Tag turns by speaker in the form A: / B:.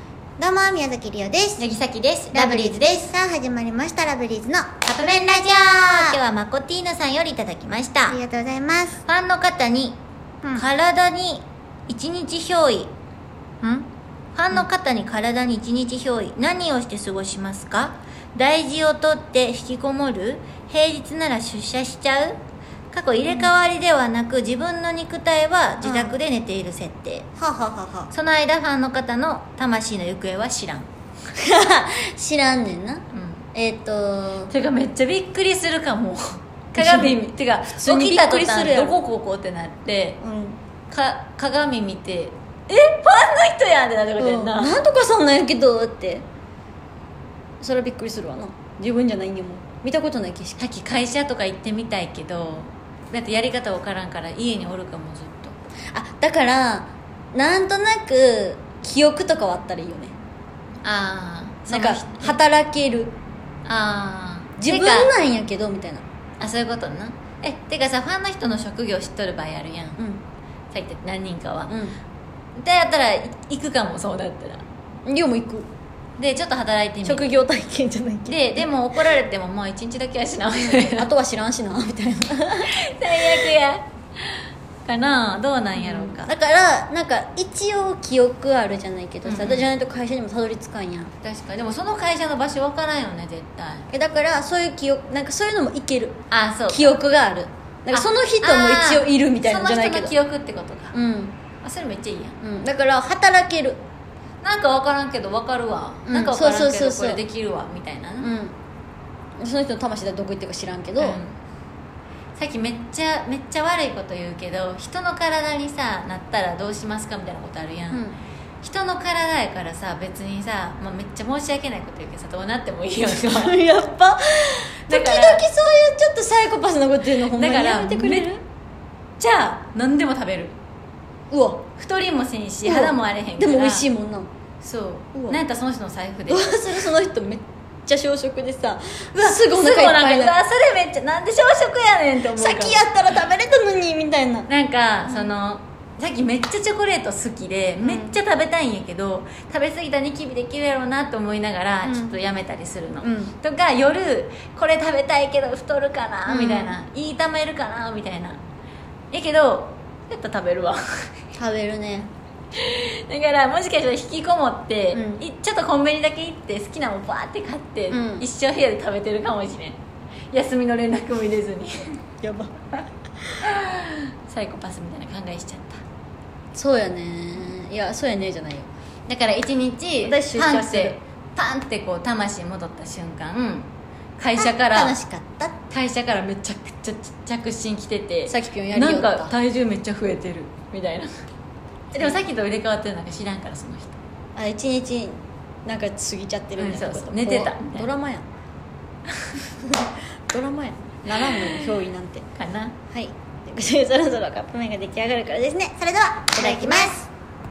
A: どうも宮崎りおです
B: 乃木咲です
A: ラ
B: ラ
A: ブ
B: ブ
A: リ
B: リ
A: ー
B: ー
A: ズ
B: ズ
A: で
B: です
A: すさあ始まりましたラブリーズのあ
B: カップ麺ラジオ今日はマコティーナさんよりいただきました
A: り
B: フ
A: がとうございます
B: ァンの方に
A: うん
B: 体に一日憑依んファンの方に体に一日憑依何をして過ごしますか大事を取って引きこもる平日なら出社しちゃう過去入れ替わりではなく自分の肉体は自宅で寝ている設定、
A: はあはあはあはあ
B: その間ファンの方の魂の行方は知らん、
A: 知らんねんな
B: うん、
A: えっ、と
B: てかめっちゃびっくりする かも鏡見てか
A: 通に
B: 起きた
A: びっくり
B: 途
A: す
B: 端
A: るやろ
B: どこここってなって
A: う
B: か鏡見て「えファンの人やん!」ってなってくれてんな、
A: なんとかさんなんやけどってそれはびっくりするわな自分じゃないんやもん見たことない景色
B: さっき会社とか行ってみたいけどだってやり方わからんから家におるかもずっと
A: あだからなんとなく記憶とかはあったらいいよね
B: ああ
A: なんか働ける
B: ああ
A: 自分
B: てか
A: なんやけどみたいな
B: あそういうことなえてかさファンの人の職業知っとる場合あるやんさ
A: う
B: っき言った何人かは、
A: ん
B: でやったらい行くかもそうだったら
A: うん寮も行く
B: でちょっと働いてみる
A: 職業体験じゃないけ
B: ででも怒られてもまあ一日だけやしな みたい
A: ど
B: な
A: あとは知らんしなみたいな
B: 最悪やかなどうなんやろうか、
A: だからなんか一応記憶あるじゃないけどさ、
B: うんうん
A: じゃないと会社にもたどり着かんやん
B: 確かにでもその会社の場所わからんよね絶対
A: えだからそういう記憶なんかそういうのもいける
B: あそう
A: 記憶があるなんかその人も一応いるみたいなんじゃないけど
B: その人の記憶ってことか、
A: うん、
B: あそれめっちゃいいやん
A: うん、だから働ける
B: なんかわからんけどわかるわ、
A: うん
B: なんかわからんけど
A: そうそうそうそう
B: これできるわみたいな、うん
A: うんその人の魂だどこ行ってるか知らんけど、
B: さっきめっちゃめっちゃ悪いこと言うけど人の体にさなったらどうしますかみたいなことあるやん、人の体やからさ別にさ、まあ、めっちゃ申し訳ないこと言うけどさどうなってもいいよな
A: うんやっぱ時々そう
B: だか
A: い
B: ら
A: うちょっとサイコパスなこと言う のほんまに
B: だから
A: やめてくれ
B: め
A: る
B: っじゃあ何でも食べる
A: うわ
B: 太りもせんし
A: うわ
B: 肌も荒れへんから
A: でも美味しい
B: い
A: もんな
B: そう
A: うわ
B: なんやったらその人の財布で
A: どうするその人めっちゃ小食でさすぐお腹いっぱいに
B: う
A: な
B: わ
A: る
B: それめっちゃなんで小食やねんって思うか
A: さっ
B: も
A: きやったら食べれたのにみたいな
B: なんか、そのさっきめっちゃチョコレート好きで
A: ん
B: めっちゃ食べたいんやけど、食べ過ぎたらニキビできるやろうなと思いながら、
A: うん
B: ちょっとやめたりするの、
A: うん
B: とか夜これ食べたいけど太るかな、
A: うん
B: みたいないいためるかなみたいなやけどやったら食べるわ
A: 食べるね
B: だからもしかしたら引きこもって、
A: うん
B: いちょっとコンビニだけ行って好きなもんバーって買って、
A: うん
B: 一生部屋で食べてるかもしれん休みの連絡も入れずに
A: やば
B: サイコパスみたいな考えしちゃった
A: そうやねいやそうやねじゃないよ
B: だから一日
A: 私出
B: パン
A: 社
B: っ
A: する
B: てパンってこう魂戻った瞬間会社か
A: あ
B: ら
A: 楽しかった
B: 会社からめちゃくちゃ着信来てて
A: さっきぴょんやりよ
B: な
A: っ
B: ん
A: た
B: か体重めっちゃ増えてるみたいなでもさっきと入れ替わってるなんか知らんからその人
A: あ一日なんか過ぎちゃってるみたいなこと、
B: うんそうそう寝てた
A: こうドラマ やんドラマやんならんのよ憑依なんて
B: かな
A: はいということでそろそろカップ麺が出来上がるからですねそれではいただきます